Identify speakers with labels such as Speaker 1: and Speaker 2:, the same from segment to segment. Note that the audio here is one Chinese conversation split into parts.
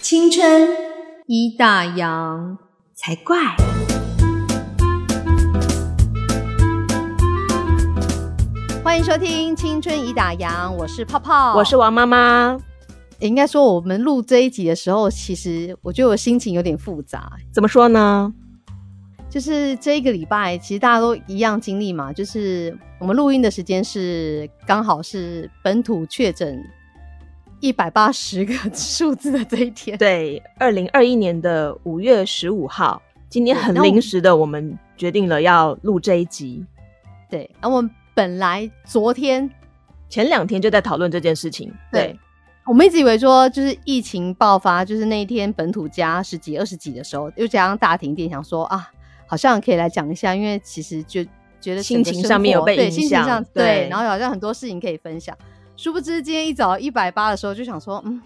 Speaker 1: 青春
Speaker 2: 一大洋。
Speaker 1: 才怪。
Speaker 2: 欢迎收听《青春已打烊》，我是泡泡，
Speaker 3: 我是王妈妈。
Speaker 2: 应该说，我们录这一集的时候，其实我觉得我心情有点复杂。
Speaker 3: 怎么说呢？
Speaker 2: 就是这一个礼拜，其实大家都一样经历嘛。就是我们录音的时间是刚好是本土确诊一百八十个 数字的这一天。
Speaker 3: 对，二零二一年的五月十五号，今天很
Speaker 2: 对那我
Speaker 3: 临时的，我们决定了要录这一集。
Speaker 2: 对，然后我们本来昨天
Speaker 3: 前两天就在讨论这件事情。
Speaker 2: 对，我们一直以为说，就是疫情爆发，就是那一天本土加十几、二十几的时候，又加上大停电，想说啊，好像可以来讲一下，因为其实就觉得整
Speaker 3: 心
Speaker 2: 个
Speaker 3: 情
Speaker 2: 生
Speaker 3: 上面有
Speaker 2: 活
Speaker 3: 被
Speaker 2: 对
Speaker 3: 影
Speaker 2: 心情
Speaker 3: 响
Speaker 2: 上
Speaker 3: 对
Speaker 2: 对，然后好像很多事情可以分享。殊不知今天一早一百八的时候，就想说，嗯，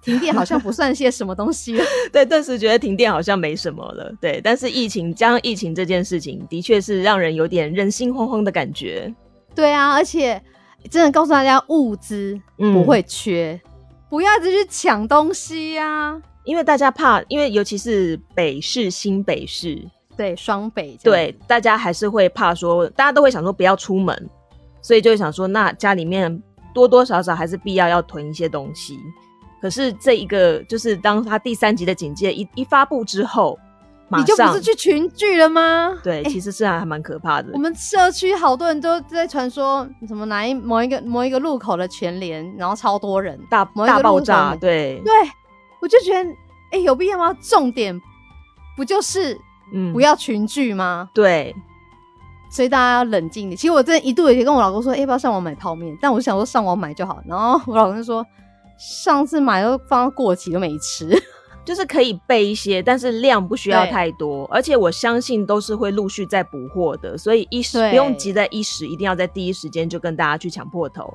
Speaker 2: 停电好像不算些什么东西了。
Speaker 3: 对， 顿时觉得停电好像没什么了。对，但是疫情加上疫情这件事情，的确是让人有点人心惶惶的感觉。
Speaker 2: 对啊，而且真的告诉大家，物资
Speaker 3: 嗯
Speaker 2: 不会缺，不要一直去抢东西啊。
Speaker 3: 因为大家怕，因为尤其是北市、新北市，
Speaker 2: 对，双北这样
Speaker 3: 对，大家还是会怕说，大家都会想说不要出门，所以就会想说，那家里面多多少少还是必要要囤一些东西。可是这一个就是当他第三级的警戒一一发布之后，马
Speaker 2: 你就不
Speaker 3: 上
Speaker 2: 是去群聚了吗？
Speaker 3: 对，其实是还蛮可怕的
Speaker 2: 我。们社区好多人都在传说什么哪一某一个某一个路口的全联，然后超多人，
Speaker 3: 大
Speaker 2: 某一个
Speaker 3: 大
Speaker 2: 路
Speaker 3: 爆
Speaker 2: 口
Speaker 3: 炸，
Speaker 2: 的
Speaker 3: 对，
Speaker 2: 对，我就觉得哎、诶有必要吗？重点不就是
Speaker 3: 嗯
Speaker 2: 不要群聚吗？
Speaker 3: 对，
Speaker 2: 所以大家要冷静一点。其实我真的一度也跟我老公说，哎、要不要上网买泡面？但我想说上网买就好，然后我老公就说上次买都放到过期都没 吃，
Speaker 3: 就是可以备一些，但是量不需要
Speaker 2: 对
Speaker 3: 太多，而且我相信都是会陆续在补货的，所以一时
Speaker 2: 对
Speaker 3: 不用急在一时，一定要在第一时间就跟大家去抢破头。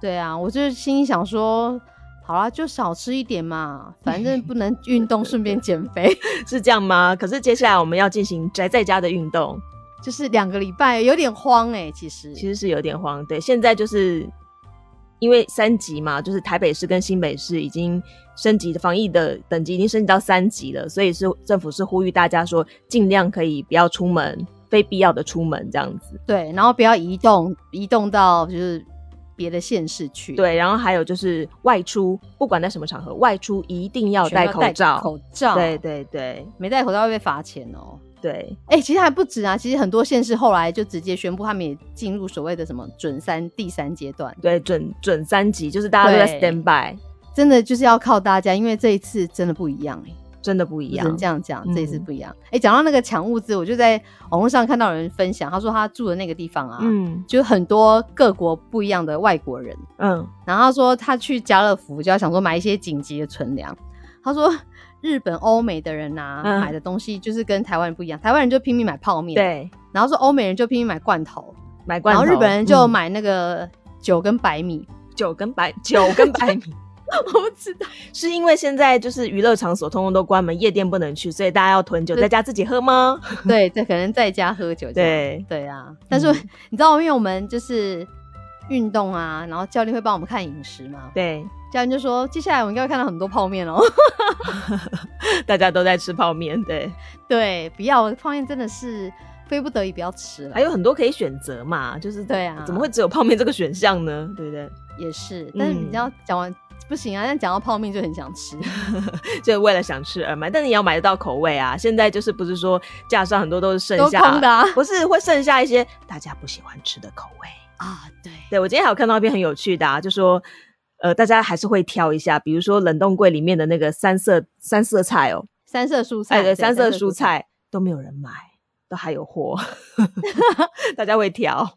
Speaker 2: 对啊，我就是心里想说，好啦，就少吃一点嘛，反正不能运 动，顺便减肥。
Speaker 3: 是这样吗？可是接下来我们要进行宅在家的运动，
Speaker 2: 就是两个礼拜有点慌哎、其实
Speaker 3: 其实是有点慌。对，现在就是因为三级嘛，就是台北市跟新北市已经升级防疫的等级已经升级到三级了，所以是政府是呼吁大家说，尽量可以不要出门，非必要的出门这样子。
Speaker 2: 对，然后不要移动，移动到就是别的县市去。，
Speaker 3: 对，然后还有就是外出，不管在什么场合，外出一定要戴口罩。
Speaker 2: 口罩，
Speaker 3: 对，对对
Speaker 2: 没戴口罩会被罚钱哦、
Speaker 3: 对，
Speaker 2: 哎、其实还不止啊！其实很多县市后来就直接宣布，他们也进入所谓的什么准三第三阶段，
Speaker 3: 对，准准三级，就是大家都在
Speaker 2: 对
Speaker 3: stand by，
Speaker 2: 真的就是要靠大家，因为这一次真的不一样哎、
Speaker 3: 真的不一
Speaker 2: 只
Speaker 3: 样
Speaker 2: 能这。样讲，
Speaker 3: 嗯
Speaker 2: 这一次不一样。哎、讲到那个抢物资，我就在网络上看到有人分享，他说他住的那个地方啊，
Speaker 3: 嗯
Speaker 2: 就很多各国不一样的外国人。
Speaker 3: 嗯，
Speaker 2: 然后他说他去家乐福就要想说买一些紧急的存粮。他说日本、欧美的人呐、
Speaker 3: 嗯
Speaker 2: 买的东西就是跟台湾人不一样，台湾人就拼命买泡面，，
Speaker 3: 对，
Speaker 2: 然后说欧美人就拼命买罐头，
Speaker 3: 买罐
Speaker 2: 然
Speaker 3: 头。
Speaker 2: 后日本人就
Speaker 3: 嗯
Speaker 2: 买那个酒跟白米。
Speaker 3: 酒跟白 酒跟白米，
Speaker 2: 我不知道，
Speaker 3: 是因为现在就是娱乐场所通通都关门，夜店不能去，所以大家要囤酒，
Speaker 2: 对
Speaker 3: 在家自己喝 吗？
Speaker 2: 对，在可能在家喝酒这样，
Speaker 3: 对
Speaker 2: 对啊，但是、你知道，因为我们就是运动啊，然后教练会帮我们看饮食嘛，
Speaker 3: 对，
Speaker 2: 教练就说接下来我应该会看到很多泡面哦，
Speaker 3: 大家都在吃泡面，对，
Speaker 2: 对，不要泡面真的是非不得已不要吃了，
Speaker 3: 还有很多可以选择嘛，就是
Speaker 2: 对啊
Speaker 3: 怎么会只有泡面这个选项呢？对不对？
Speaker 2: 也是，但是你
Speaker 3: 嗯
Speaker 2: 要讲完、不行啊，但讲到泡面就很想 吃，
Speaker 3: 就为了想吃而买，但你要买得到口味啊。现在就是不是说架上很多都是剩
Speaker 2: 都
Speaker 3: 下
Speaker 2: 空 的啊
Speaker 3: 不是会剩下一些大家不喜欢吃的口味。
Speaker 2: 啊，对，
Speaker 3: 对我今天还有看到一篇很有趣的、啊，就说呃，大家还是会挑一下，比如说冷冻柜里面的那个三色三色菜哦，
Speaker 2: 三色蔬菜，
Speaker 3: 哎，对，三色蔬，菜都没有人买，都还有 货，大家会挑。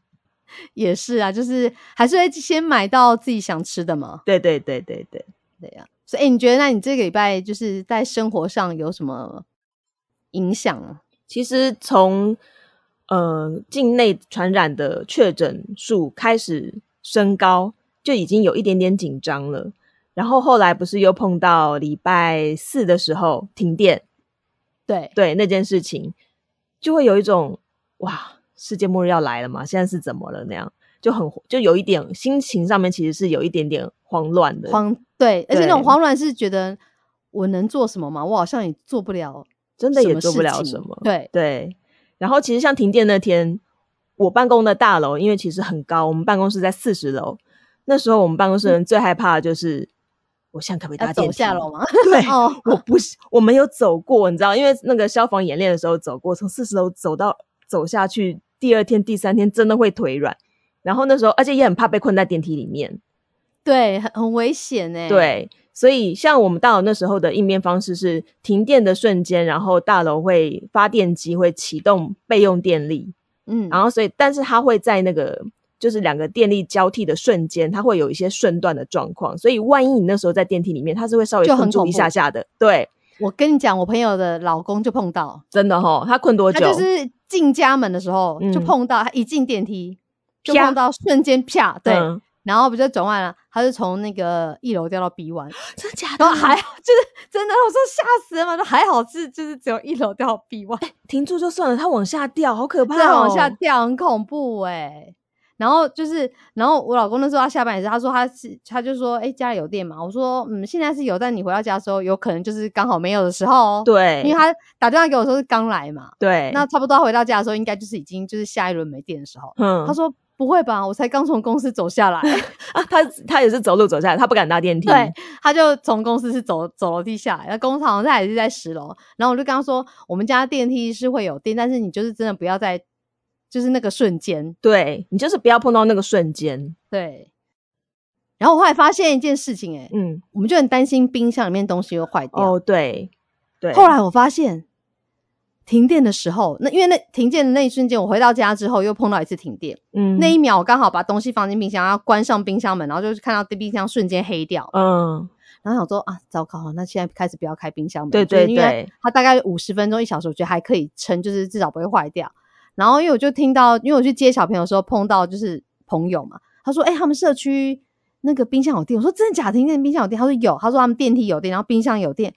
Speaker 2: 也是啊，就是还是会先买到自己想吃的嘛，
Speaker 3: 对对对对对，
Speaker 2: 对呀、所以、哎你觉得，那你这个礼拜就是在生活上有什么影响啊？
Speaker 3: 其实从呃境内传染的确诊数开始升高，就已经有一点点紧张了。然后后来不是又碰到礼拜四的时候停电，
Speaker 2: 对，
Speaker 3: 对那件事情，就会有一种哇，世界末日要来了嘛，现在是怎么了那样，就很就有一点心情上面其实是有一点点慌乱的，
Speaker 2: 慌，对，而且那种
Speaker 3: 对
Speaker 2: 慌乱是觉得我能做什么吗？我好像也做不了，
Speaker 3: 真的也做不了什么。
Speaker 2: 对
Speaker 3: 对，然后其实像停电那天，我办公的大楼因为其实很高，我们办公室在四十楼。那时候我们办公室人最害怕的就是，我现在可不可以搭
Speaker 2: 要
Speaker 3: 电
Speaker 2: 走
Speaker 3: 梯？
Speaker 2: 下楼吗？
Speaker 3: 对，
Speaker 2: 哦
Speaker 3: 我不是，我没有走过，你知道，因为那个消防演练的时候走过，从四十楼走到走下去，第二天、第三天真的会腿软。然后那时候，而且也很怕被困在电梯里面。
Speaker 2: 对，很很危险哎、，
Speaker 3: 对，所以像我们大楼那时候的应变方式是停电的瞬间，然后大楼会发电机会启动备用电力，
Speaker 2: 嗯，
Speaker 3: 然后所以，但是它会在那个就是两个电力交替的瞬间，它会有一些瞬断的状况。所以，万一你那时候在电梯里面，它是会稍微
Speaker 2: 就很
Speaker 3: 困住
Speaker 2: 恐
Speaker 3: 一下
Speaker 2: 怖
Speaker 3: 下的。对，
Speaker 2: 我跟你讲，我朋友的老公就碰到，
Speaker 3: 真的哈、他困多
Speaker 2: 他
Speaker 3: 久？
Speaker 2: 就是进家门的时候就
Speaker 3: 嗯
Speaker 2: 碰到，他一进电梯就
Speaker 3: 啪
Speaker 2: 碰到，瞬间啪，对，
Speaker 3: 嗯
Speaker 2: 然后不就转弯了，他就从那个一楼掉到 B 弯，
Speaker 3: 真的假的？
Speaker 2: 然后还好，就是真的，我说吓死人嘛，说还好是就是只有一楼掉到 B 弯，
Speaker 3: 停住就算了，他往下掉，好哎可怕、哦！
Speaker 2: 再往下掉，很恐怖哎、然后就是，然后我老公那时候他下班也是，他说他是，他就说，哎、家里有电嘛？我说，嗯，现在是有，但你回到家的时候，有可能就是刚好没有的时候哦。，
Speaker 3: 对，
Speaker 2: 因为他打电话给我说是刚来嘛，
Speaker 3: 对，
Speaker 2: 那差不多他回到家的时候，应该就是已经就是下一轮没电的时候。
Speaker 3: 嗯，
Speaker 2: 他说不会吧，我才刚从公司走下 来，
Speaker 3: 啊，他他也是走路走下来，他不敢搭电梯。
Speaker 2: 对，他就从公司是走走楼梯下来，那公司好像在也是在十楼，然后我就跟他说，我们家电梯是会有电，但是你就是真的不要在，就是那个瞬间，
Speaker 3: 对你就是不要碰到那个瞬间。
Speaker 2: 对。然后我后来发现一件事情、欸，
Speaker 3: 嗯，
Speaker 2: 我们就很担心冰箱里面东西会坏掉。
Speaker 3: 哦，对，对。
Speaker 2: 后来我发现，停电的时候，那因为那停电的那一瞬间，我回到家之后又碰到一次停电，
Speaker 3: 嗯，
Speaker 2: 那一秒我刚好把东西放进冰箱，然后关上冰箱门，然后就是看到冰箱瞬间黑掉，
Speaker 3: 嗯，
Speaker 2: 然后想说啊，糟糕，那现在开始不要开冰箱门，
Speaker 3: 对
Speaker 2: 就是
Speaker 3: 对
Speaker 2: 因为
Speaker 3: 对
Speaker 2: 它大概五十分钟一小时，我觉得还可以撑，就是至少不会坏掉。然后因为我就听到，因为我去接小朋友的时候碰到就是朋友嘛，他说，哎、他们社区那个冰箱有电，我说真的假的？你那个冰箱有电？他说有，他说他们电梯有电，然后冰箱有电，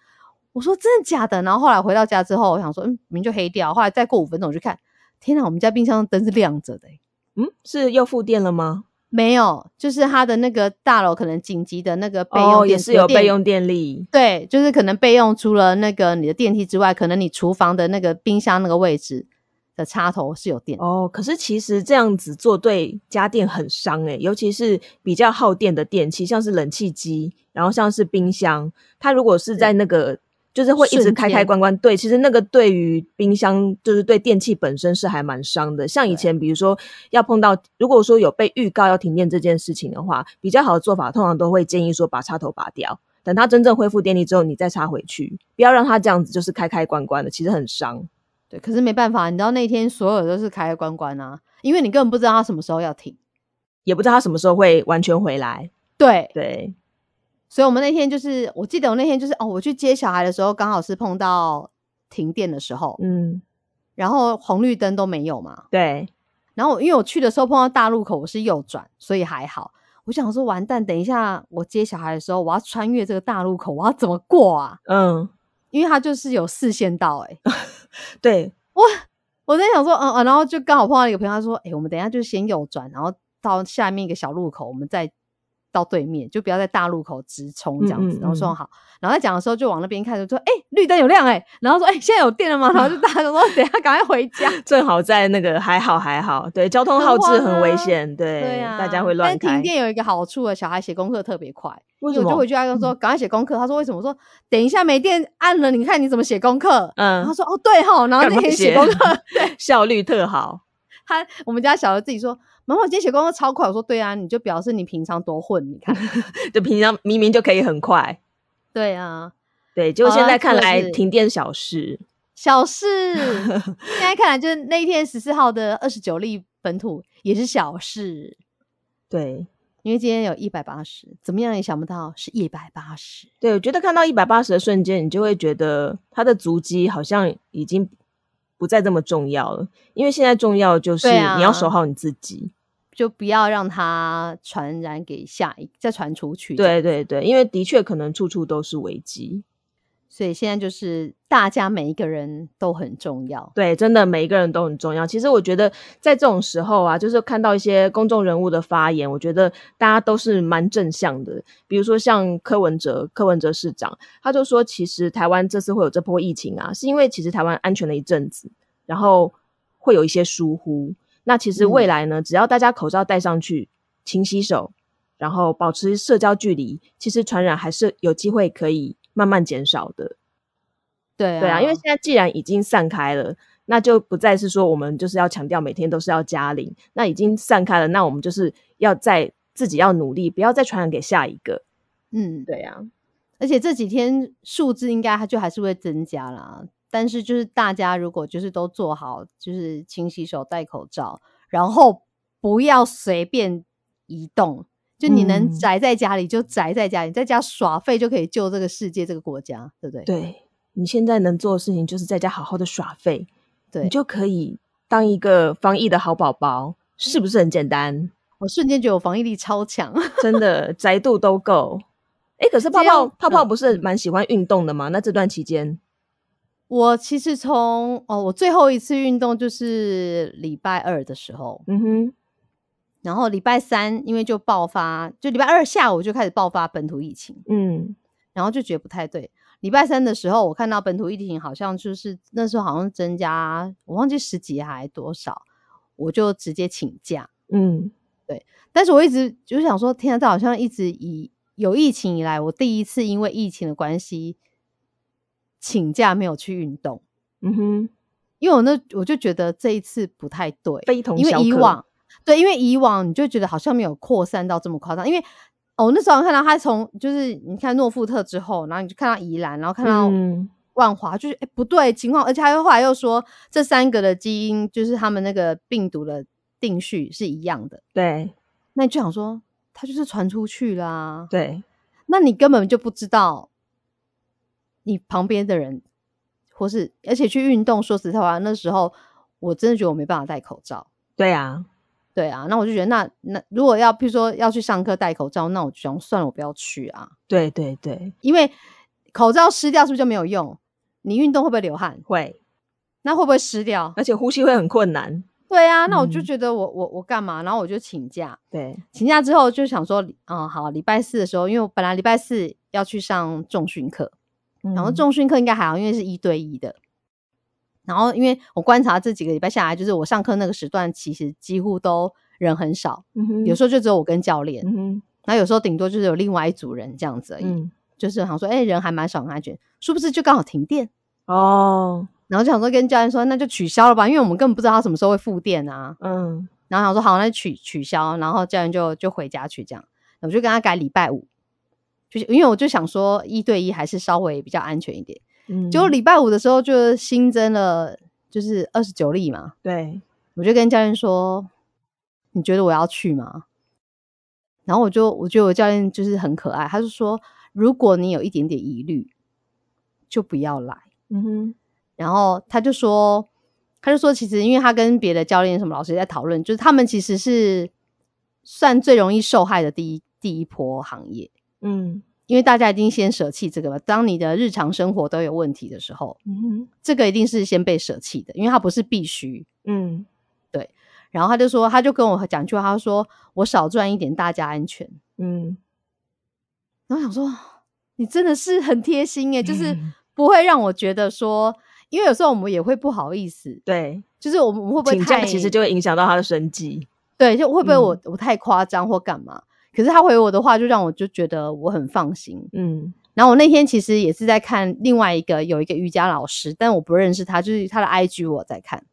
Speaker 2: 我说真的假的？然后后来回到家之后，我想说，嗯，明明就黑掉。后来再过五分钟我去看，天哪，我们家冰箱的灯是亮着的、欸
Speaker 3: 嗯，是又复电了吗？
Speaker 2: 没有，就是它的那个大楼可能紧急的那个备用
Speaker 3: 哦，也
Speaker 2: 电
Speaker 3: 是有
Speaker 2: 电
Speaker 3: 备用电力。
Speaker 2: 对，就是可能备用除了那个你的电梯之外，可能你厨房的那个冰箱那个位置的插头是有电的。
Speaker 3: 哦，可是其实这样子做对家电很伤诶、尤其是比较耗电的电器，像是冷气机，然后像是冰箱，它如果是在那个就是会一直
Speaker 2: 瞬
Speaker 3: 开开
Speaker 2: 间
Speaker 3: 关关，对，其实那个对于冰箱就是对电器本身是还蛮伤的。像以
Speaker 2: 对
Speaker 3: 前比如说要碰到，如果说有被预告要停电这件事情的话，比较好的做法通常都会建议说把插头拔掉。等它真正恢复电力之后，你再插回去，不要让它这样子就是开开关关的，其实很伤。
Speaker 2: 对，可是没办法，你知道那天所有都是开开关关啊，因为你根本不知道它什么时候要停。
Speaker 3: 也不知道它什么时候会完全回来。
Speaker 2: 对，
Speaker 3: 对，
Speaker 2: 所以我们那天就是，我记得我那天就是哦，我去接小孩的时候，刚好是碰到停电的时候，
Speaker 3: 嗯，
Speaker 2: 然后红绿灯都没有嘛，
Speaker 3: 对，
Speaker 2: 然后我因为我去的时候碰到大路口，我是右转，所以还好。我想说，完蛋，等一下我接小孩的时候，我要穿越这个大路口，我要怎么过啊？
Speaker 3: 嗯，
Speaker 2: 因为它就是有四线道、欸，
Speaker 3: 对，
Speaker 2: 我在想说，嗯嗯，然后就刚好碰到一个朋友，他说，哎、我们等一下就先右转，然后到下面一个小路口，我们再到对面，就不要在大路口直冲这样子。
Speaker 3: 嗯嗯
Speaker 2: 然后说
Speaker 3: 嗯
Speaker 2: 好，然后在讲的时候就往那边看，就说，哎、绿灯有亮、欸，哎，然后说，哎、现在有电了吗？然后就大家都说，哦等一下赶快回家。
Speaker 3: 正好在那个还好还好，对，交通
Speaker 2: 很
Speaker 3: 耗志
Speaker 2: 晃
Speaker 3: 很危
Speaker 2: 啊
Speaker 3: 险， 对，
Speaker 2: 对啊，
Speaker 3: 大家会乱
Speaker 2: 但
Speaker 3: 开
Speaker 2: 停。电有一个好处啊，小孩写功课特别快。
Speaker 3: 为
Speaker 2: 因
Speaker 3: 什
Speaker 2: 我就
Speaker 3: 么嗯
Speaker 2: 回？去他就说赶快写功课。他说为什么？我说等一下没电按了，你看你怎么写功课。然后
Speaker 3: 嗯，
Speaker 2: 说哦对吼，然后
Speaker 3: 赶
Speaker 2: 那
Speaker 3: 快
Speaker 2: 天写
Speaker 3: 写
Speaker 2: 功课，
Speaker 3: 效率特好。
Speaker 2: 他我们家小孩自己说妈妈我今天写功课超快。我说对啊，你就表示你平常多混，你 看
Speaker 3: 就平常明明就可以很快，
Speaker 2: 对啊，
Speaker 3: 对，结果
Speaker 2: 好
Speaker 3: 现
Speaker 2: 啊
Speaker 3: 在看
Speaker 2: 这个
Speaker 3: 来
Speaker 2: 是
Speaker 3: 停电小事。
Speaker 2: 小 事现在看来就是那一天十四号的二十九例本土也是小事，
Speaker 3: 对，
Speaker 2: 因为今天有一百八十，怎么样也想不到是一百八十。
Speaker 3: 对，我觉得看到一百八十的瞬间，你就会觉得它的足迹好像已经不再这么重要了，因为现在重要的就是
Speaker 2: 对
Speaker 3: 你要守
Speaker 2: 啊
Speaker 3: 好你自己。
Speaker 2: 就不要让它传染给下一，再传出去。
Speaker 3: 对对对，因为的确可能处处都是危机。
Speaker 2: 所以现在就是大家每一个人都很重要。
Speaker 3: 对，真的每一个人都很重要。其实我觉得在这种时候啊，就是看到一些公众人物的发言，我觉得大家都是蛮正向的。比如说像柯文哲，柯文哲市长，他就说，其实台湾这次会有这波疫情啊，是因为其实台湾安全了一阵子，然后会有一些疏忽。那其实未来呢，只要大家口罩戴上去，勤洗手，然后保持社交距离，其实传染还是有机会可以慢慢减少的。
Speaker 2: 对啊，
Speaker 3: 对啊，因为现在既然已经散开了，那就不再是说我们就是要强调每天都是要加零，那已经散开了，那我们就是要在自己要努力，不要再传染给下一个。
Speaker 2: 嗯，
Speaker 3: 对啊，
Speaker 2: 而且这几天数字应该它就还是会增加啦。但是就是大家如果就是都做好，就是勤洗手、戴口罩，然后不要随便移动，就你能
Speaker 3: 嗯
Speaker 2: 宅在家里就宅在家里，在家耍废就可以救这个世界、这个国家，对不对？
Speaker 3: 对你现在能做的事情就是在家好好的耍废，
Speaker 2: 对，
Speaker 3: 你就可以当一个防疫的好宝宝，是不是很简单？
Speaker 2: 我瞬间觉得我防疫力超强。
Speaker 3: 真的宅度都够。哎，可是泡
Speaker 2: 这样
Speaker 3: 泡泡泡
Speaker 2: 嗯
Speaker 3: 不是蛮喜欢运动的吗？那这段期间，
Speaker 2: 我其实从哦，我最后一次运动就是礼拜二的时候，
Speaker 3: 嗯哼，
Speaker 2: 然后礼拜三因为就爆发，就礼拜二下午就开始爆发本土疫情，
Speaker 3: 嗯
Speaker 2: 然后就觉得不太对。礼拜三的时候，我看到本土疫情好像就是那时候好像增加，我忘记十几还多少，我就直接请假。
Speaker 3: 嗯，
Speaker 2: 但是我一直就想说，天啊，这好像一直以有疫情以来，我第一次因为疫情的关系请假没有去运动。
Speaker 3: 嗯哼，
Speaker 2: 因为我那我就觉得这一次不太对，
Speaker 3: 非同
Speaker 2: 因为
Speaker 3: 小
Speaker 2: 以
Speaker 3: 可
Speaker 2: 往对，因为以往你就觉得好像没有扩散到这么夸张，因为哦那时候看到他从就是你看诺富特之后，然后你就看到宜兰，然后看到
Speaker 3: 嗯
Speaker 2: 万华，就是哎不对情况，而且他又后来又说这三个的基因就是他们那个病毒的定序是一样的，
Speaker 3: 对
Speaker 2: 那你就想说他就是传出去啦，
Speaker 3: 对，
Speaker 2: 那你根本就不知道你旁边的人，或是而且去运动，说实在话，那时候我真的觉得我没办法戴口罩。
Speaker 3: 对啊，
Speaker 2: 对啊，那我就觉得那那如果要譬如说要去上课戴口罩，那我就想算了，我不要去啊，
Speaker 3: 对对对，
Speaker 2: 因为口罩湿掉是不是就没有用？你运动会不会流汗？
Speaker 3: 会，
Speaker 2: 那会不会湿掉？
Speaker 3: 而且呼吸会很困难。
Speaker 2: 对啊，那我就
Speaker 3: 哎嗯
Speaker 2: 觉得我、我我干嘛？然后我就请假，
Speaker 3: 对，
Speaker 2: 请假之后就想说，嗯，好，礼拜四的时候，因为我本来礼拜四要去上重训课，然后
Speaker 3: 嗯
Speaker 2: 重训课应该还好，因为是一对一的。然后因为我观察这几个礼拜下来，就是我上课那个时段，其实几乎都人很少，
Speaker 3: 嗯哼
Speaker 2: 有时候就只有我跟教练，
Speaker 3: 嗯哼
Speaker 2: 那、有时候顶多就是有另外一组人这样子而已。
Speaker 3: 嗯
Speaker 2: 就是好像说，哎、人还蛮少，很安全，殊不知就刚好停电，
Speaker 3: 哦
Speaker 2: 然后就想说跟教练说，那就取消了吧，因为我们根本不知道他什么时候会复电啊。
Speaker 3: 嗯
Speaker 2: 然后想说好，那就取取消，然后教练就就回家去这样。我就跟他改礼拜五，就是因为我就想说一对一还是稍微比较安全一点。
Speaker 3: 嗯
Speaker 2: 结果礼拜五的时候就新增了，就是二十九例嘛。
Speaker 3: 对
Speaker 2: 我就跟教练说：“你觉得我要去吗？”然后我就我觉得我教练就是很可爱，他就说：“如果你有一点点疑虑，就不要来。
Speaker 3: 嗯哼”
Speaker 2: 然后他就说：“他就说，其实因为他跟别的教练什么老师在讨论，就是他们其实是算最容易受害的第一第一波行业，
Speaker 3: 嗯
Speaker 2: 因为大家已经先舍弃这个了。当你的日常生活都有问题的时候，
Speaker 3: 嗯哼
Speaker 2: 这个一定是先被舍弃的，因为它不是必须。
Speaker 3: 嗯
Speaker 2: 然后他就说，他就跟我讲一句话，他说我少赚一点，大家安全。
Speaker 3: 嗯
Speaker 2: 然后想说，你真的是很贴心耶、就是
Speaker 3: 嗯
Speaker 2: 不会让我觉得说，因为有时候我们也会不好意思，
Speaker 3: 对，
Speaker 2: 就是我们我们会不
Speaker 3: 请
Speaker 2: 会
Speaker 3: 假
Speaker 2: 太
Speaker 3: 其实就嗯会影响到他的生计。
Speaker 2: 对，就会不会我、我太夸张或干嘛？可是他回我的话，就让我就觉得我很放心。
Speaker 3: 嗯
Speaker 2: 然后我那天其实也是在看另外一个有一个瑜伽老师，但我不认识他，就是他的 IG 我在看，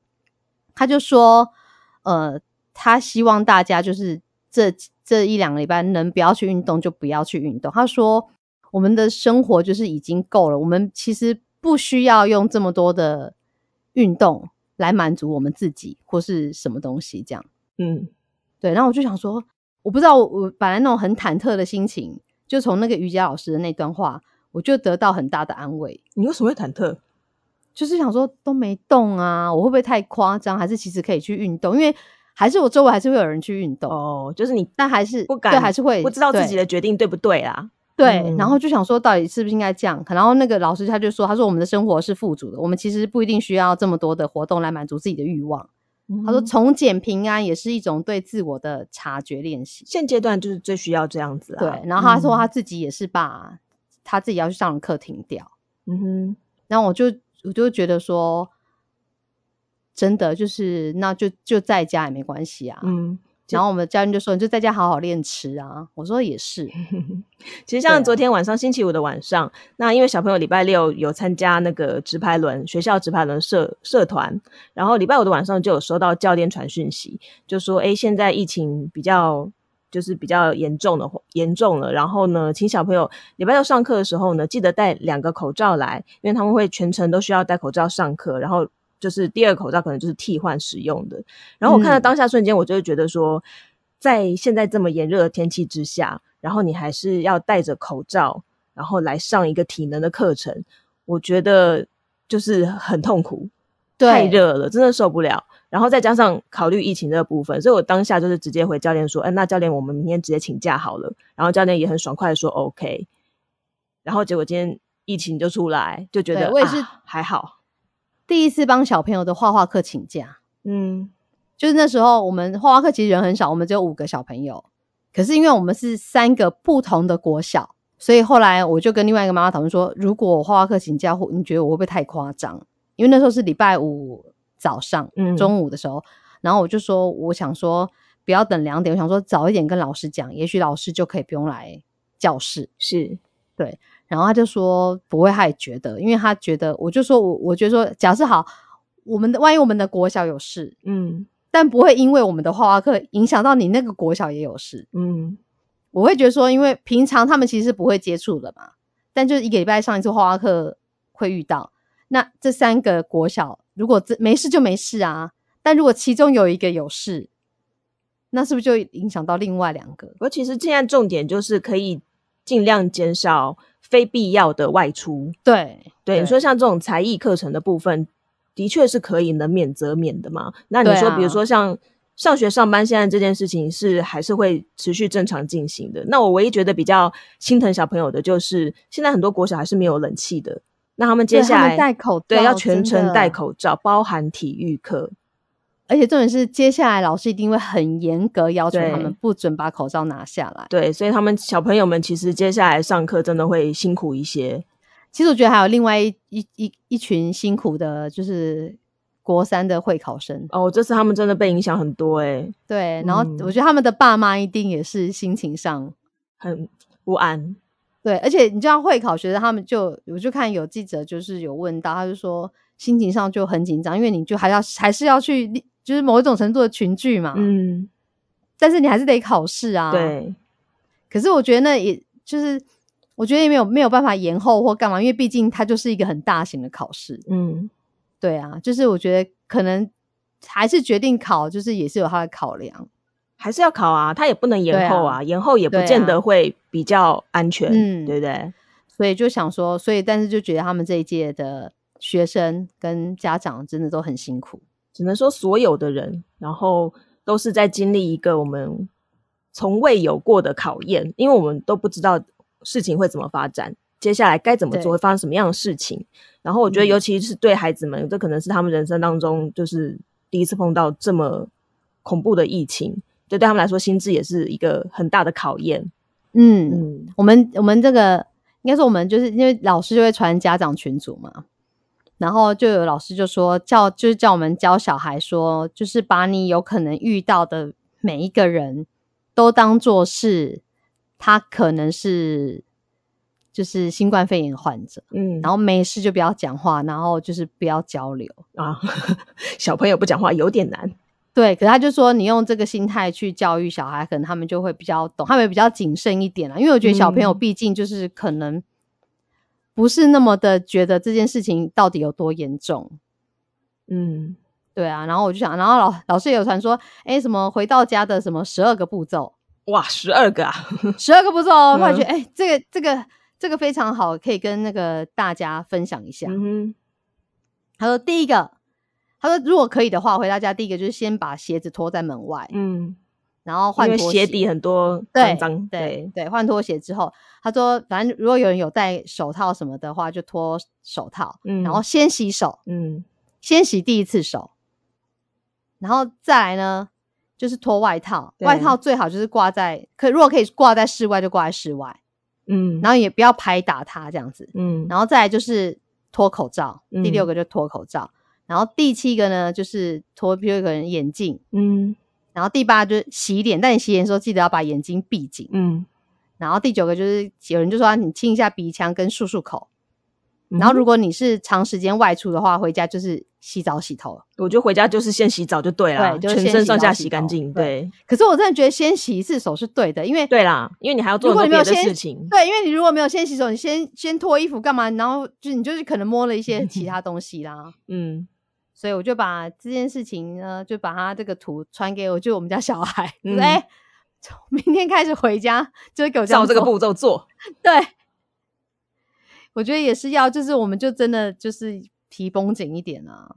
Speaker 2: 他就说，呃，他希望大家就是这这一两个礼拜能不要去运动就不要去运动。他说，我们的生活就是已经够了，我们其实不需要用这么多的运动来满足我们自己或是什么东西这样。
Speaker 3: 嗯
Speaker 2: 对，然后我就想说，我不知道我我本来那种很忐忑的心情，就从那个瑜伽老师的那段话，我就得到很大的安慰，
Speaker 3: 你为什么会忐忑？
Speaker 2: 就是想说都没动啊，我会不会太夸张？还是其实可以去运动？因为还是我周围还是会有人去运动，
Speaker 3: 哦，就是你
Speaker 2: 但还是
Speaker 3: 不敢，
Speaker 2: 对还是会
Speaker 3: 不知道自己
Speaker 2: 对
Speaker 3: 的决定对不对啦。
Speaker 2: 对，
Speaker 3: 嗯
Speaker 2: 然后就想说到底是不是应该这样？然后那个老师他就说，他说我们的生活是富足的，我们其实不一定需要这么多的活动来满足自己的欲望。他说
Speaker 3: 嗯
Speaker 2: 从简平安也是一种对自我的察觉练习。
Speaker 3: 现阶段就是最需要这样子啊。
Speaker 2: 对，然后他说
Speaker 3: 嗯
Speaker 2: 他自己也是把他自己要去上的课停掉，
Speaker 3: 嗯哼，
Speaker 2: 然后我就我就觉得说，真的就是那就就在家也没关系啊。
Speaker 3: 嗯。
Speaker 2: 然后我们教练就说：“你就在家好好练吃啊。”我说：“也是，
Speaker 3: 其实
Speaker 2: 对
Speaker 3: 像
Speaker 2: 啊
Speaker 3: 昨天晚上、星期五的晚上，那因为小朋友礼拜六有参加那个直排轮学校直排轮社社团，然后礼拜五的晚上就有收到教练传讯息，就说：“哎，现在疫情比较就是比较严重的严重了，然后呢，请小朋友礼拜六上课的时候呢，记得带两个口罩来，因为他们会全程都需要戴口罩上课，然后。”就是第二个口罩可能就是替换使用的，然后我看到
Speaker 2: 嗯
Speaker 3: 当下瞬间，我就会觉得说，在现在这么炎热的天气之下，然后你还是要戴着口罩，然后来上一个体能的课程，我觉得就是很痛苦，
Speaker 2: 对，
Speaker 3: 太热了，真的受不了。然后再加上考虑疫情这个部分，所以我当下就是直接回教练说：“哎，那教练，我们明天直接请假好了。”然后教练也很爽快的说 “OK”，然后结果今天疫情就出来，就觉得
Speaker 2: 对我也是
Speaker 3: 啊还好，
Speaker 2: 第一次帮小朋友的画画课请假，
Speaker 3: 嗯
Speaker 2: 就是那时候我们画画课其实人很少，我们只有五个小朋友，可是因为我们是三个不同的国小，所以后来我就跟另外一个妈妈讨论说，如果我画画课请假，或你觉得我会不会太夸张？因为那时候是礼拜五早上，
Speaker 3: 嗯
Speaker 2: 中午的时候，然后我就说，我想说不要等两点，我想说早一点跟老师讲，也许老师就可以不用来教室。
Speaker 3: 是
Speaker 2: 然后他就说不会，他也觉得，因为他觉得，我就说我我觉得说，假设好，我们的万一我们的国小有事，
Speaker 3: 嗯
Speaker 2: 但不会因为我们的画画课影响到你那个国小也有事。
Speaker 3: 嗯
Speaker 2: 我会觉得说，因为平常他们其实是不会接触的嘛，但就是一个礼拜上一次画画课会遇到。那这三个国小如果这没事就没事啊，但如果其中有一个有事，那是不是就影响到另外两个？
Speaker 3: 我其实现在重点就是可以尽量减少非必要的外出。
Speaker 2: 对
Speaker 3: 对，你说像这种才艺课程的部分，的确是可以能免则免的嘛。那你
Speaker 2: 对
Speaker 3: 说，
Speaker 2: 啊
Speaker 3: 比如说像上学上班，现在这件事情是还是会持续正常进行的。那我唯一觉得比较心疼小朋友的就是，现在很多国小还是没有冷气的，那他们接
Speaker 2: 对
Speaker 3: 下
Speaker 2: 他们
Speaker 3: 来
Speaker 2: 戴口罩
Speaker 3: 对要全程戴
Speaker 2: 真的
Speaker 3: 口罩，包含体育课。
Speaker 2: 而且重点是，接下来老师一定会很严格要求他
Speaker 3: 对
Speaker 2: 们，不准把口罩拿下来。
Speaker 3: 对，所以他们小朋友们其实接下来上课真的会辛苦一些。
Speaker 2: 其实我觉得还有另外一一一一群辛苦的，就是国三的会考生，
Speaker 3: 哦，这次他们真的被影响很多哎、
Speaker 2: 对，然后
Speaker 3: 嗯
Speaker 2: 我觉得他们的爸妈一定也是心情上。
Speaker 3: 很不安。
Speaker 2: 对，而且你知道会考学生他们就，我就看有记者就是有问到，他就说心情上就很紧张，因为你就还要还是要去，就是某一种程度的群聚嘛，
Speaker 3: 嗯，
Speaker 2: 但是你还是得考试啊，，
Speaker 3: 对，
Speaker 2: 可是我觉得那也就是，我觉得也没有没有办法延后或干嘛，因为毕竟它就是一个很大型的考试。
Speaker 3: 嗯，
Speaker 2: 对啊，就是我觉得可能还是决定考，就是也是有它的考量。
Speaker 3: 还是要考啊，他也不能
Speaker 2: 对
Speaker 3: 延
Speaker 2: 啊
Speaker 3: 后啊，延后也不
Speaker 2: 对
Speaker 3: 见
Speaker 2: 啊
Speaker 3: 得会比较安全，
Speaker 2: 嗯
Speaker 3: 对不对？
Speaker 2: 所以就想说，所以但是就觉得他们这一届的学生跟家长真的都很辛苦。
Speaker 3: 只能说所有的人，然后都是在经历一个我们从未有过的考验，因为我们都不知道事情会怎么发展，接下来该怎么
Speaker 2: 对
Speaker 3: 做，会发生什么样的事情。然后我觉得，
Speaker 2: 嗯
Speaker 3: 尤其是对孩子们，这可能是他们人生当中就是第一次碰到这么恐怖的疫情，这对他们来说心智也是一个很大的考验。
Speaker 2: 嗯，
Speaker 3: 嗯，
Speaker 2: 我们我们这个应该说我们就是因为老师就会传家长群组嘛，然后就有老师就说叫就是叫我们教小孩说，就是把你有可能遇到的每一个人都当做是他可能是就是新冠肺炎患者，
Speaker 3: 嗯，
Speaker 2: 然后没事就不要讲话，然后就是不要交流。
Speaker 3: 啊， 小朋友不讲话有点难。
Speaker 2: 对，可是他就说你用这个心态去教育小孩，可能他们就会比较懂，他们也比较谨慎一点啦。因为我觉得小朋友
Speaker 3: 嗯
Speaker 2: 毕竟就是可能不是那么的觉得这件事情到底有多严重，
Speaker 3: 嗯，
Speaker 2: 对啊。然后我就想，然后老老师也有传说，哎，什么回到家的什么十二个步骤，
Speaker 3: 哇，十二个啊，
Speaker 2: 十二个步骤 哦，
Speaker 3: 嗯
Speaker 2: 突然觉得哎，这个这个这个非常好，可以跟那个大家分享一下。
Speaker 3: 嗯
Speaker 2: 他说第一个，他说如果可以的话，回到家第一个就是先把鞋子脱在门外，
Speaker 3: 哼嗯
Speaker 2: 然后换
Speaker 3: 因为
Speaker 2: 拖
Speaker 3: 鞋底很多
Speaker 2: 对
Speaker 3: 脏脏，
Speaker 2: 对对，换拖鞋之后，他说反正如果有人有戴手套什么的话，就脱手套，
Speaker 3: 嗯
Speaker 2: 然后先洗手，
Speaker 3: 嗯，
Speaker 2: 先洗第一次手，然后再来呢就是脱外套，
Speaker 3: 对
Speaker 2: 外套最好就是挂在可如果可以挂在室外就挂在室外，
Speaker 3: 嗯，
Speaker 2: 然后也不要拍打它这样子，
Speaker 3: 嗯，
Speaker 2: 然后再来就是脱口罩，第六
Speaker 3: 嗯
Speaker 2: 个就脱口罩，然后第七个呢就是脱第六个人眼镜，
Speaker 3: 嗯
Speaker 2: 然后第八就是洗脸，但你洗脸的时候记得要把眼睛闭紧。
Speaker 3: 嗯，
Speaker 2: 然后第九个就是有人就说啊你亲一下鼻腔跟漱漱口，然后
Speaker 3: 嗯
Speaker 2: 如果你是长时间外出的话，回家就是洗澡洗头。
Speaker 3: 我就回家就是先洗澡就对啦，
Speaker 2: 对就是
Speaker 3: 全
Speaker 2: 先
Speaker 3: 身
Speaker 2: 洗
Speaker 3: 上
Speaker 2: 澡
Speaker 3: 下
Speaker 2: 洗
Speaker 3: 洗干
Speaker 2: 头
Speaker 3: 净，
Speaker 2: 对
Speaker 3: 对
Speaker 2: 可是我真的觉得先洗一次手是对的，因为
Speaker 3: 对啦，因为你还要做
Speaker 2: 如果
Speaker 3: 很
Speaker 2: 你
Speaker 3: 多
Speaker 2: 没
Speaker 3: 别
Speaker 2: 有
Speaker 3: 的
Speaker 2: 先
Speaker 3: 事情，
Speaker 2: 对，因为你如果没有先洗手，你先先脱衣服干嘛？然后就你就是可能摸了一些其他东西啦。
Speaker 3: 嗯
Speaker 2: 所以我就把这件事情呢，就把他这个图传给我，就我们家小孩，就
Speaker 3: 嗯
Speaker 2: 说哎、从明天开始回家就会给我样
Speaker 3: 照这个
Speaker 2: 做
Speaker 3: 步骤做，
Speaker 2: 对，我觉得也是要，就是我们就真的就是皮绷紧一点啊，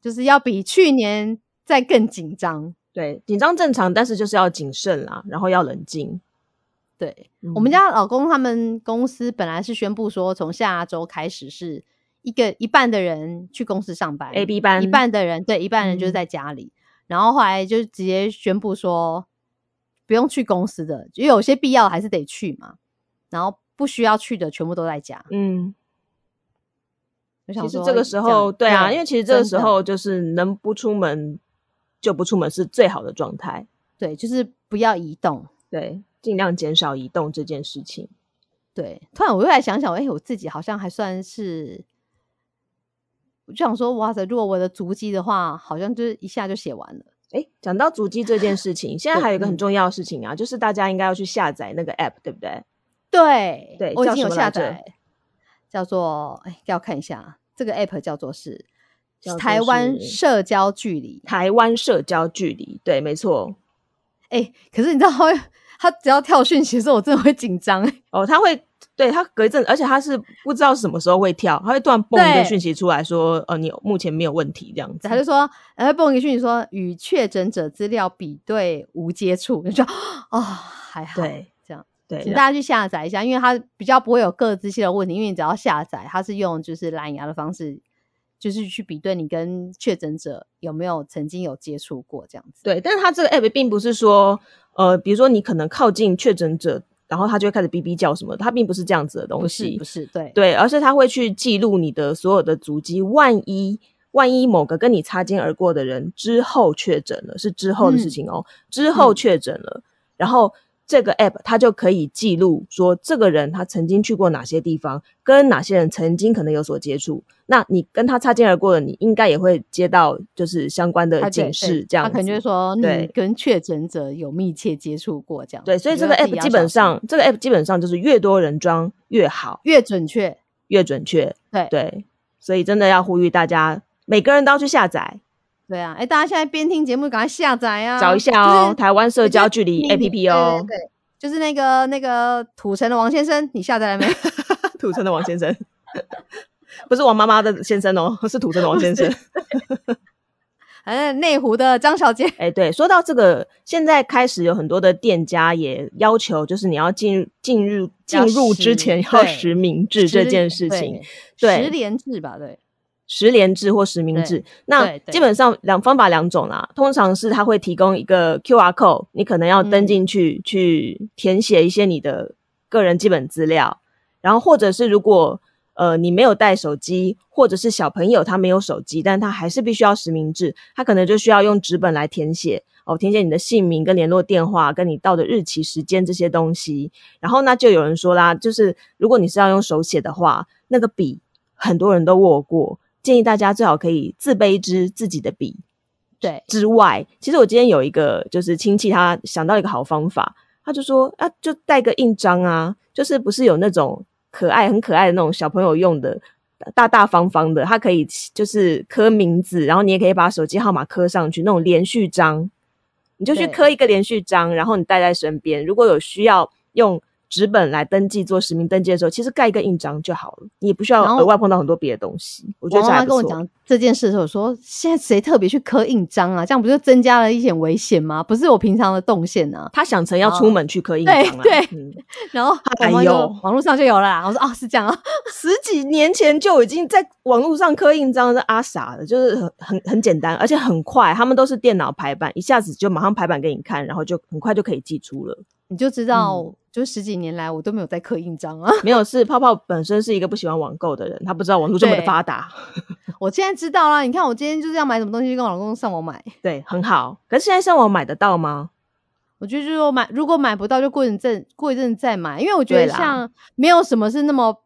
Speaker 2: 就是要比去年再更紧张。
Speaker 3: 对，紧张正常，但是就是要谨慎啦，然后要冷静。
Speaker 2: 对、我
Speaker 3: 嗯
Speaker 2: 们家老公他们公司本来是宣布说，从下周开始是一个一半的人去公司上班
Speaker 3: A B 班
Speaker 2: 一半的人对，一半人就是
Speaker 3: 嗯
Speaker 2: 在家里。然后后来就直接宣布说，不用去公司的，就有些必要还是得去嘛。然后不需要去的全部都在家。
Speaker 3: 嗯，
Speaker 2: 我想
Speaker 3: 其实
Speaker 2: 说
Speaker 3: 这个时候，
Speaker 2: 样
Speaker 3: 对啊，因为其实这个
Speaker 2: 真
Speaker 3: 时
Speaker 2: 的
Speaker 3: 候就是能不出门就不出门是最好的状态，
Speaker 2: 对，就是不要移动。
Speaker 3: 对，尽量减少移动这件事情。
Speaker 2: 对，突然我又来想想，哎、我自己好像还算是，我就想说，哇塞，如果我的足迹的话，好像就是一下就写完了。
Speaker 3: 哎，讲到足迹这件事情，现在
Speaker 2: 对
Speaker 3: 还有一个很
Speaker 2: 嗯
Speaker 3: 重要的事情啊，就是大家应该要去下载那个 app，对不对？
Speaker 2: 对，
Speaker 3: 对
Speaker 2: 我已
Speaker 3: 叫
Speaker 2: 经
Speaker 3: 什
Speaker 2: 有
Speaker 3: 么
Speaker 2: 下
Speaker 3: 来着
Speaker 2: 载，叫做哎、要看一下这个 app 叫做是
Speaker 3: 叫
Speaker 2: 台
Speaker 3: 做
Speaker 2: 湾
Speaker 3: 是
Speaker 2: 社交距离。
Speaker 3: 台湾社交距离，对，没错。
Speaker 2: 哎、可是你知道他会，他只要跳讯息的时候，我真的会紧张、 哎
Speaker 3: 哦，他会对他隔一阵，而且他是不知道什么时候会跳，他会突然蹦一
Speaker 2: 对
Speaker 3: 个讯息出来说，呃，你目前没有问题这样子
Speaker 2: 他。就说，呃，会蹦一个讯息说与确诊者资料比对无接触， 你说哦，还好，
Speaker 3: 对，
Speaker 2: 这样。
Speaker 3: 对，
Speaker 2: 请大家去下载一下，因为它比较不会有各自性的问题，因为你只要下载，它是用就是蓝牙的方式，就是去比对你跟确诊者有没有曾经有接触过这样子。
Speaker 3: 对，但是它这个 app 并不是说，呃，比如说你可能靠近确诊者，然后它就会开始哔哔叫什么的，它并不是这样子的
Speaker 2: 不
Speaker 3: 东
Speaker 2: 是
Speaker 3: 西
Speaker 2: 不。是，对
Speaker 3: 对，而是它会去记录你的所有的足迹，万一。万一某个跟你擦肩而过的人之后确诊了，是之后的事情哦。之
Speaker 2: 嗯
Speaker 3: 后确诊了，然后这个 app 它就可以记录说这个人他曾经去过哪些地方，跟哪些人曾经可能有所接触。那你跟他擦肩而过的，你应该也会接到就是相关
Speaker 2: 它
Speaker 3: 的
Speaker 2: 对
Speaker 3: 警
Speaker 2: 对
Speaker 3: 示，这样
Speaker 2: 他可能就
Speaker 3: 子
Speaker 2: 会说你
Speaker 3: 对
Speaker 2: 跟确诊者有密切接触过这样子。
Speaker 3: 对，所以
Speaker 2: 你
Speaker 3: 这
Speaker 2: 就
Speaker 3: 个
Speaker 2: 要自己
Speaker 3: app
Speaker 2: 要
Speaker 3: 基
Speaker 2: 小心
Speaker 3: 本上，这个 app 基本上就是越多人装越好，
Speaker 2: 越准确，
Speaker 3: 越准确。
Speaker 2: 对
Speaker 3: 对，所以真的要呼吁大家，每个人都要去下载，
Speaker 2: 对啊，哎，大家现在边听节目，赶快下载啊，
Speaker 3: 找一下
Speaker 2: 就是
Speaker 3: 哦，台湾社
Speaker 2: 我觉
Speaker 3: 交
Speaker 2: 得
Speaker 3: 距离
Speaker 2: 你
Speaker 3: APP 哦
Speaker 2: 对，对对，就是那个那个土城的王先生，你下载了没？
Speaker 3: 土城的王先生，不是王妈妈的先生哦， 是土城的王先生。
Speaker 2: 反正内湖的张小 姐，
Speaker 3: 哎，对，说到这个，现在开始有很多的店家也要求，就是你要进入进入进
Speaker 2: 要
Speaker 3: 入之
Speaker 2: 实
Speaker 3: 前要
Speaker 2: 对
Speaker 3: 实名制这件事情，
Speaker 2: 对
Speaker 3: 对
Speaker 2: 十连制吧，对，
Speaker 3: 实联制或实名制。那
Speaker 2: 对对
Speaker 3: 基本上两方法两种啦，通常是它会提供一个 QR code，你可能要
Speaker 2: 嗯
Speaker 3: 登进去、去填写一些你的个人基本资料，然后或者是如果呃你没有带手机，或者是小朋友他没有手机，但他还是必须要实名制，他可能就需要用纸本来填写。哦，填写你的姓名、跟联络电话、跟你到的日期、时间这些东西，然后那就有人说啦，就是如果你是要用手写的话，那个笔很多人都握过，建议大家最好可以自备一支自己的笔。
Speaker 2: 对
Speaker 3: 之外，其实我今天有一个就是亲戚，他想到一个好方法，他就说啊，就带个印章啊，就是不是有那种可爱很可爱的那种小朋友用的。大大方方的，它可以就是刻名字，然后你也可以把手机号码刻上去，那种连续章，你就去
Speaker 2: 对
Speaker 3: 刻一个连续章，然后你带在身边。如果有需要用纸本来登记做实名登记的时候，其实盖一个印章就好了，你也不需要
Speaker 2: 然后
Speaker 3: 额外碰到很多别的东西。我觉
Speaker 2: 我
Speaker 3: 得这
Speaker 2: 妈妈
Speaker 3: 还
Speaker 2: 跟
Speaker 3: 不
Speaker 2: 我
Speaker 3: 错。
Speaker 2: 讲这件事的时候，我说现在谁特别去刻印章啊？这样不就增加了一点危险吗？不是我平常的动线啊。
Speaker 3: 他想成要出门去刻印章
Speaker 2: 对
Speaker 3: 啊，
Speaker 2: 对
Speaker 3: 嗯
Speaker 2: 然后我
Speaker 3: 哎
Speaker 2: 妈就
Speaker 3: 呦
Speaker 2: 说网络上就有了啦。我说哦，是这样啊。
Speaker 3: 十几年前就已经在网络上刻印章是阿傻的，就是很很很简单，而且很快，他们都是电脑排版，一下子就马上排版给你看，然后就很快就可以寄出了。
Speaker 2: 你就知道，
Speaker 3: 嗯
Speaker 2: 就十几年来我都没有在刻印章啊。
Speaker 3: 没有，是泡泡本身是一个不喜欢网购的人，他不知道网络这么的
Speaker 2: 对
Speaker 3: 发达，
Speaker 2: 我现在知道啦。你看我今天就是要买什么东西，就跟我老公上网买。
Speaker 3: 对，很好。可是现在上网买得到吗？
Speaker 2: 我觉得就是我买，如果买不到就过一阵过一阵再买，因为我觉
Speaker 3: 对
Speaker 2: 得
Speaker 3: 啦
Speaker 2: 像没有什么是那么。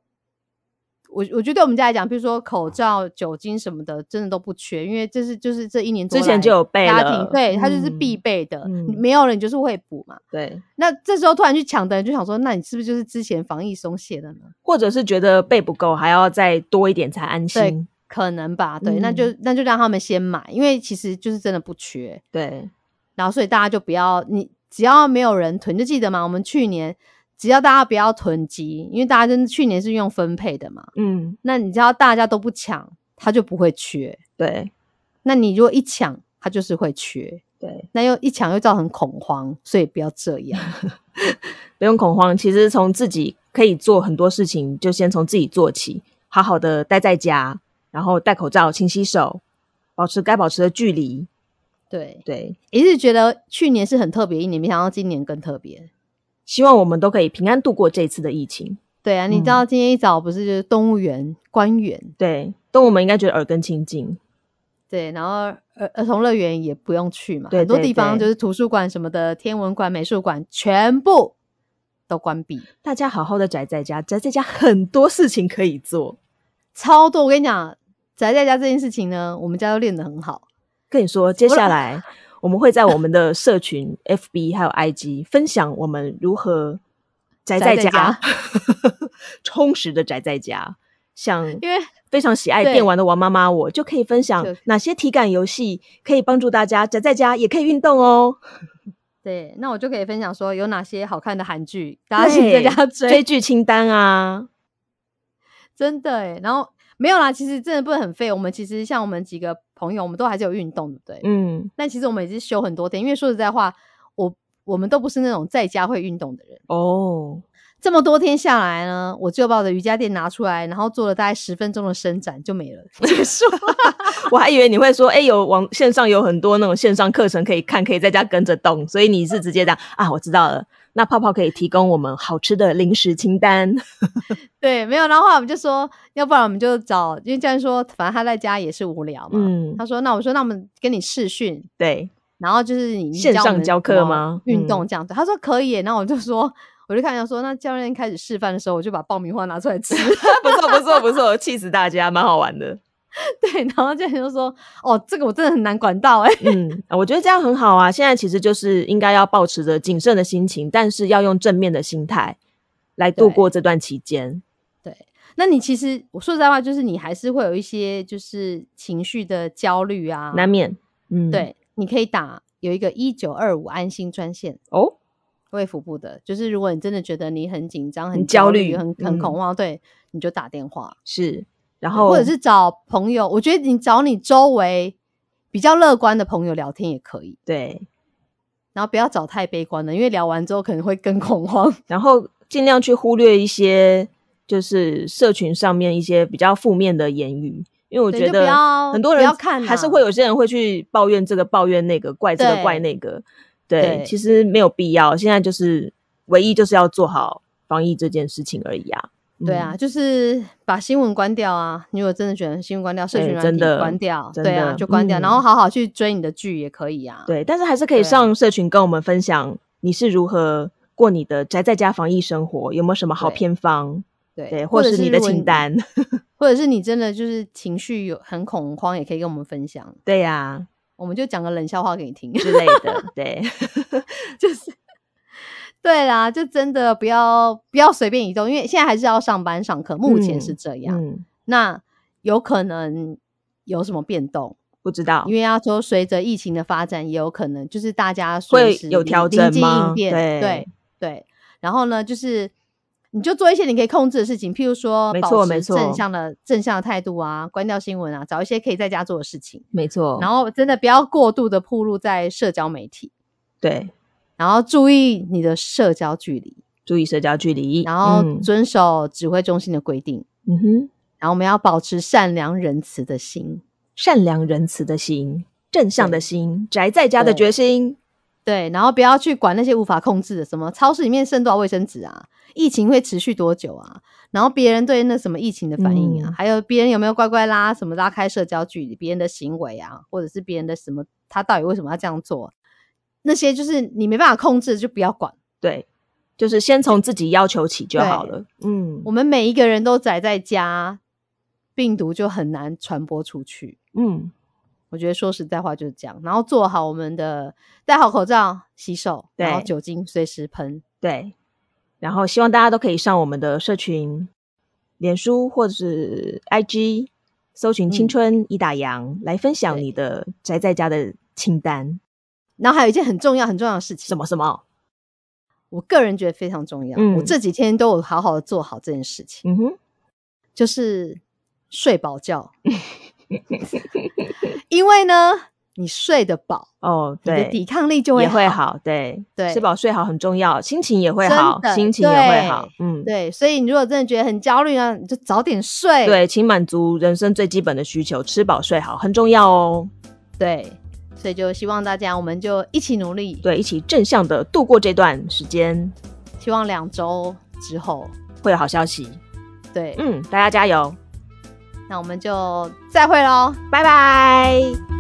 Speaker 2: 我我觉得对我们家来讲，比如说口罩、酒精什么的，真的都不缺，因为这是就是这一年多
Speaker 3: 之前
Speaker 2: 来
Speaker 3: 就有备
Speaker 2: 家
Speaker 3: 了
Speaker 2: 庭，对，它就是
Speaker 3: 嗯
Speaker 2: 必备的，
Speaker 3: 嗯
Speaker 2: 没有了你就是会补嘛。
Speaker 3: 对，
Speaker 2: 那这时候突然去抢的人就想说，那你是不是就是之前防疫松懈了呢？
Speaker 3: 或者是觉得备不够，还要再多一点才安心。
Speaker 2: 可能吧，对，那就那就让他们先买，因为其实就是真的不缺，
Speaker 3: 对，
Speaker 2: 然后所以大家就不要你只要没有人囤，就记得嘛，我们去年只要大家不要囤积，因为大家真的去年是用分配的嘛，
Speaker 3: 嗯，
Speaker 2: 那你只要大家都不抢，它就不会缺，
Speaker 3: 对，
Speaker 2: 那你如果一抢，它就是会缺，
Speaker 3: 对，
Speaker 2: 那又一抢又造成恐慌，所以不要这样。
Speaker 3: 不用恐慌。其实从自己可以做很多事情，就先从自己做起，好好的待在家，然后戴口罩、勤洗手，保持该保持的距离。
Speaker 2: 对，
Speaker 3: 对，
Speaker 2: 也是觉得去年是很特别一年，没想到今年更特别。
Speaker 3: 希望我们都可以平安度过这次的疫情。
Speaker 2: 对啊，你知道今天一早不是就是动物园官员
Speaker 3: 对，动物们应该觉得耳根清净。
Speaker 2: 对，然后儿儿童乐园也不用去嘛，
Speaker 3: 对
Speaker 2: 很多
Speaker 3: 对
Speaker 2: 地方
Speaker 3: 对
Speaker 2: 就是图书馆什么的、天文馆、美术馆全部都关闭，
Speaker 3: 大家好好的宅在家，宅在家很多事情可以做。
Speaker 2: 超多。我跟你讲，宅在家这件事情呢，我们家都练得很好。
Speaker 3: 跟你说，接下来我们会在我们的社群 FB 还有 IG 分享我们如何宅在
Speaker 2: 宅在
Speaker 3: 家，
Speaker 2: 家
Speaker 3: 充实的宅在家。像
Speaker 2: 因为
Speaker 3: 非常喜爱
Speaker 2: 对
Speaker 3: 电玩的王妈妈，我就可以分享
Speaker 2: 就
Speaker 3: 哪些体感游戏可以帮助大家宅在家也可以运动哦。
Speaker 2: 对，那我就可以分享说有哪些好看的韩剧，大家请在家
Speaker 3: 对
Speaker 2: 追，
Speaker 3: 剧清单啊，
Speaker 2: 真的哎。然后没有啦，其实真的不是很废。我们其实像我们几个朋友，我们都还是有运动，对不对？
Speaker 3: 嗯，
Speaker 2: 但其实我们也是休很多天，因为说实在话，我我们都不是那种在家会运动的人。
Speaker 3: 哦，
Speaker 2: 这么多天下来呢，我就把我的瑜伽垫拿出来，然后做了大概十分钟的伸展就没了，结束。
Speaker 3: 我还以为你会说，哎、有网线上有很多那种线上课程可以看，可以在家跟着动，所以你是直接讲啊，我知道了。那泡泡可以提供我们好吃的零食清单，
Speaker 2: 对，没有。然后后来我们就说，要不然我们就找，因为这样说，反正他在家也是无聊嘛。
Speaker 3: 嗯，
Speaker 2: 他说，那我说，那我们跟你视讯，
Speaker 3: 对，
Speaker 2: 然后就是你
Speaker 3: 线上
Speaker 2: 教我们
Speaker 3: 教课
Speaker 2: 怎么
Speaker 3: 吗
Speaker 2: 运
Speaker 3: 嗯
Speaker 2: 动这样子。他说可以耶，然后我就说。我就看他说，那教练开始示范的时候，我就把爆米花拿出来吃，
Speaker 3: 不错不错不错，气死大家，蛮好玩的。
Speaker 2: 对，然后教练就说，哦，这个我真的很难管到哎、
Speaker 3: 嗯，啊我觉得这样很好啊。现在其实就是应该要保持着谨慎的心情，但是要用正面的心态来度
Speaker 2: 对
Speaker 3: 过这段期间。
Speaker 2: 那你其实我说实在话，就是你还是会有一些就是情绪的焦虑啊，
Speaker 3: 难免，嗯，
Speaker 2: 对，你可以打有一个一九二五安心专线，
Speaker 3: 哦，
Speaker 2: 卫福部的，就是如果你真的觉得你很紧张、很
Speaker 3: 很焦
Speaker 2: 虑、
Speaker 3: 虑
Speaker 2: 很很恐
Speaker 3: 嗯
Speaker 2: 慌，对，你就打电话，
Speaker 3: 是，然后
Speaker 2: 或者是找朋友。我觉得你找你周围比较乐观的朋友聊天也可以，
Speaker 3: 对，
Speaker 2: 然后不要找太悲观的，因为聊完之后可能会更恐慌。
Speaker 3: 然后尽量去忽略一些就是社群上面一些比较负面的言语，因为我
Speaker 2: 对
Speaker 3: 觉
Speaker 2: 就不
Speaker 3: 得
Speaker 2: 要
Speaker 3: 很多
Speaker 2: 不
Speaker 3: 人
Speaker 2: 要看
Speaker 3: 还是
Speaker 2: 啦
Speaker 3: 会有些人会去抱怨这个抱怨那个，怪这个
Speaker 2: 对
Speaker 3: 怪那个，对，
Speaker 2: 对
Speaker 3: 其实没有必要。现在就是唯一就是要做好防疫这件事情而已啊。
Speaker 2: 对
Speaker 3: 嗯
Speaker 2: 啊，，就是把新闻关掉啊！你如果真的觉得新闻关掉，社
Speaker 3: 对
Speaker 2: 群软
Speaker 3: 哎真
Speaker 2: 体
Speaker 3: 的
Speaker 2: 关掉，
Speaker 3: 真
Speaker 2: 对啊，
Speaker 3: 的
Speaker 2: 就关掉，然后
Speaker 3: 嗯
Speaker 2: 好好去追你的剧也可以啊。
Speaker 3: 对，但是还是可
Speaker 2: 对
Speaker 3: 以
Speaker 2: 啊
Speaker 3: 上社群跟我们分享你是如何过你的宅在家防疫生活，有没有什么好
Speaker 2: 对
Speaker 3: 偏方？
Speaker 2: 对
Speaker 3: 对，或
Speaker 2: 者
Speaker 3: 是你的
Speaker 2: 如果
Speaker 3: 清单。
Speaker 2: 或者是你真的就是情绪有很恐慌，也可以跟我们分享，
Speaker 3: 对呀、
Speaker 2: 我们就讲个冷笑话给你听。
Speaker 3: 之类的， 对。
Speaker 2: 对啦，就真的不要不要随便移动，因为现在还是要上班上课，目前是这样。
Speaker 3: 嗯，
Speaker 2: 那有可能有什么变动？
Speaker 3: 不知道
Speaker 2: 因，为要说随着疫情的发展，也有可能就是大家
Speaker 3: 会
Speaker 2: 随时
Speaker 3: 有调
Speaker 2: 临
Speaker 3: 整
Speaker 2: 机
Speaker 3: 吗
Speaker 2: 应变，
Speaker 3: 对
Speaker 2: 对对。然后呢，就是你就做一些你可以控制的事情，譬如说
Speaker 3: 没
Speaker 2: 保
Speaker 3: 错
Speaker 2: 持
Speaker 3: 没错
Speaker 2: 正向的正向的态度啊，关掉新闻啊，找一些可以在家做的事情。
Speaker 3: 没错，
Speaker 2: 然
Speaker 3: 后
Speaker 2: 后真的不要过度的暴露在社交媒体，
Speaker 3: 对，
Speaker 2: 然后注意你的社交距离，
Speaker 3: 注意社交距离，
Speaker 2: 然后
Speaker 3: 嗯
Speaker 2: 遵守指挥中心的规定，
Speaker 3: 嗯哼，
Speaker 2: 然后我们要保持善良仁慈的心。
Speaker 3: 善良仁慈的心，正向的
Speaker 2: 对
Speaker 3: 心，宅在家的
Speaker 2: 对
Speaker 3: 决心，
Speaker 2: 对，然后不要去管那些无法控制的，什么超市里面剩多少卫生纸啊，疫情会持续多久啊，然后别人对那什么疫情的反应啊，
Speaker 3: 嗯
Speaker 2: 还有别人有没有乖乖拉什么拉开社交距离，别人的行为啊，或者是别人的什么，他到底为什么要这样做，那些就是你没办法控制，就不要管。
Speaker 3: 对，就是先从自己要求起就
Speaker 2: 对
Speaker 3: 好了。嗯
Speaker 2: 我们每一个人都宅在家，病毒就很难传播出去。
Speaker 3: 嗯，
Speaker 2: 我觉得说实在话就是这样，然后做好我们的戴好口罩、洗手，然后
Speaker 3: 对
Speaker 2: 酒精随时喷。
Speaker 3: 对。然后希望大家都可以上我们的社群，脸书或者是 IG，搜寻“青
Speaker 2: 嗯
Speaker 3: 春一打烊”来分享
Speaker 2: 对
Speaker 3: 你的宅在家的清单，
Speaker 2: 然后还有一件很重要、很重要的事情，
Speaker 3: 什么什么，
Speaker 2: 我个人觉得非常重要。我
Speaker 3: 嗯
Speaker 2: 这几天都有好好的做好这件事情，
Speaker 3: 嗯哼，
Speaker 2: 就是睡饱 觉，因为呢，你睡得饱，
Speaker 3: 哦，
Speaker 2: 你的
Speaker 3: 对，
Speaker 2: 抵抗力就会
Speaker 3: 也会
Speaker 2: 好。
Speaker 3: 好，对
Speaker 2: 对
Speaker 3: 吃饱睡好很重要，心情也会
Speaker 2: 真
Speaker 3: 好
Speaker 2: 的，
Speaker 3: 心情也会
Speaker 2: 对
Speaker 3: 好，嗯，
Speaker 2: 对，所以你如果真的觉得很焦虑啊，你就早点睡。
Speaker 3: 对，请满足人生最基本的需求，吃饱睡好很重要哦。
Speaker 2: 对，所以就希望大家，我们就一起努力。，
Speaker 3: 对，一起正向的度过这段时间，
Speaker 2: 希望两周之后，
Speaker 3: 会有好消息。
Speaker 2: 对，
Speaker 3: 嗯嗯，大家加油，
Speaker 2: 那我们就再会喽。
Speaker 3: 拜拜。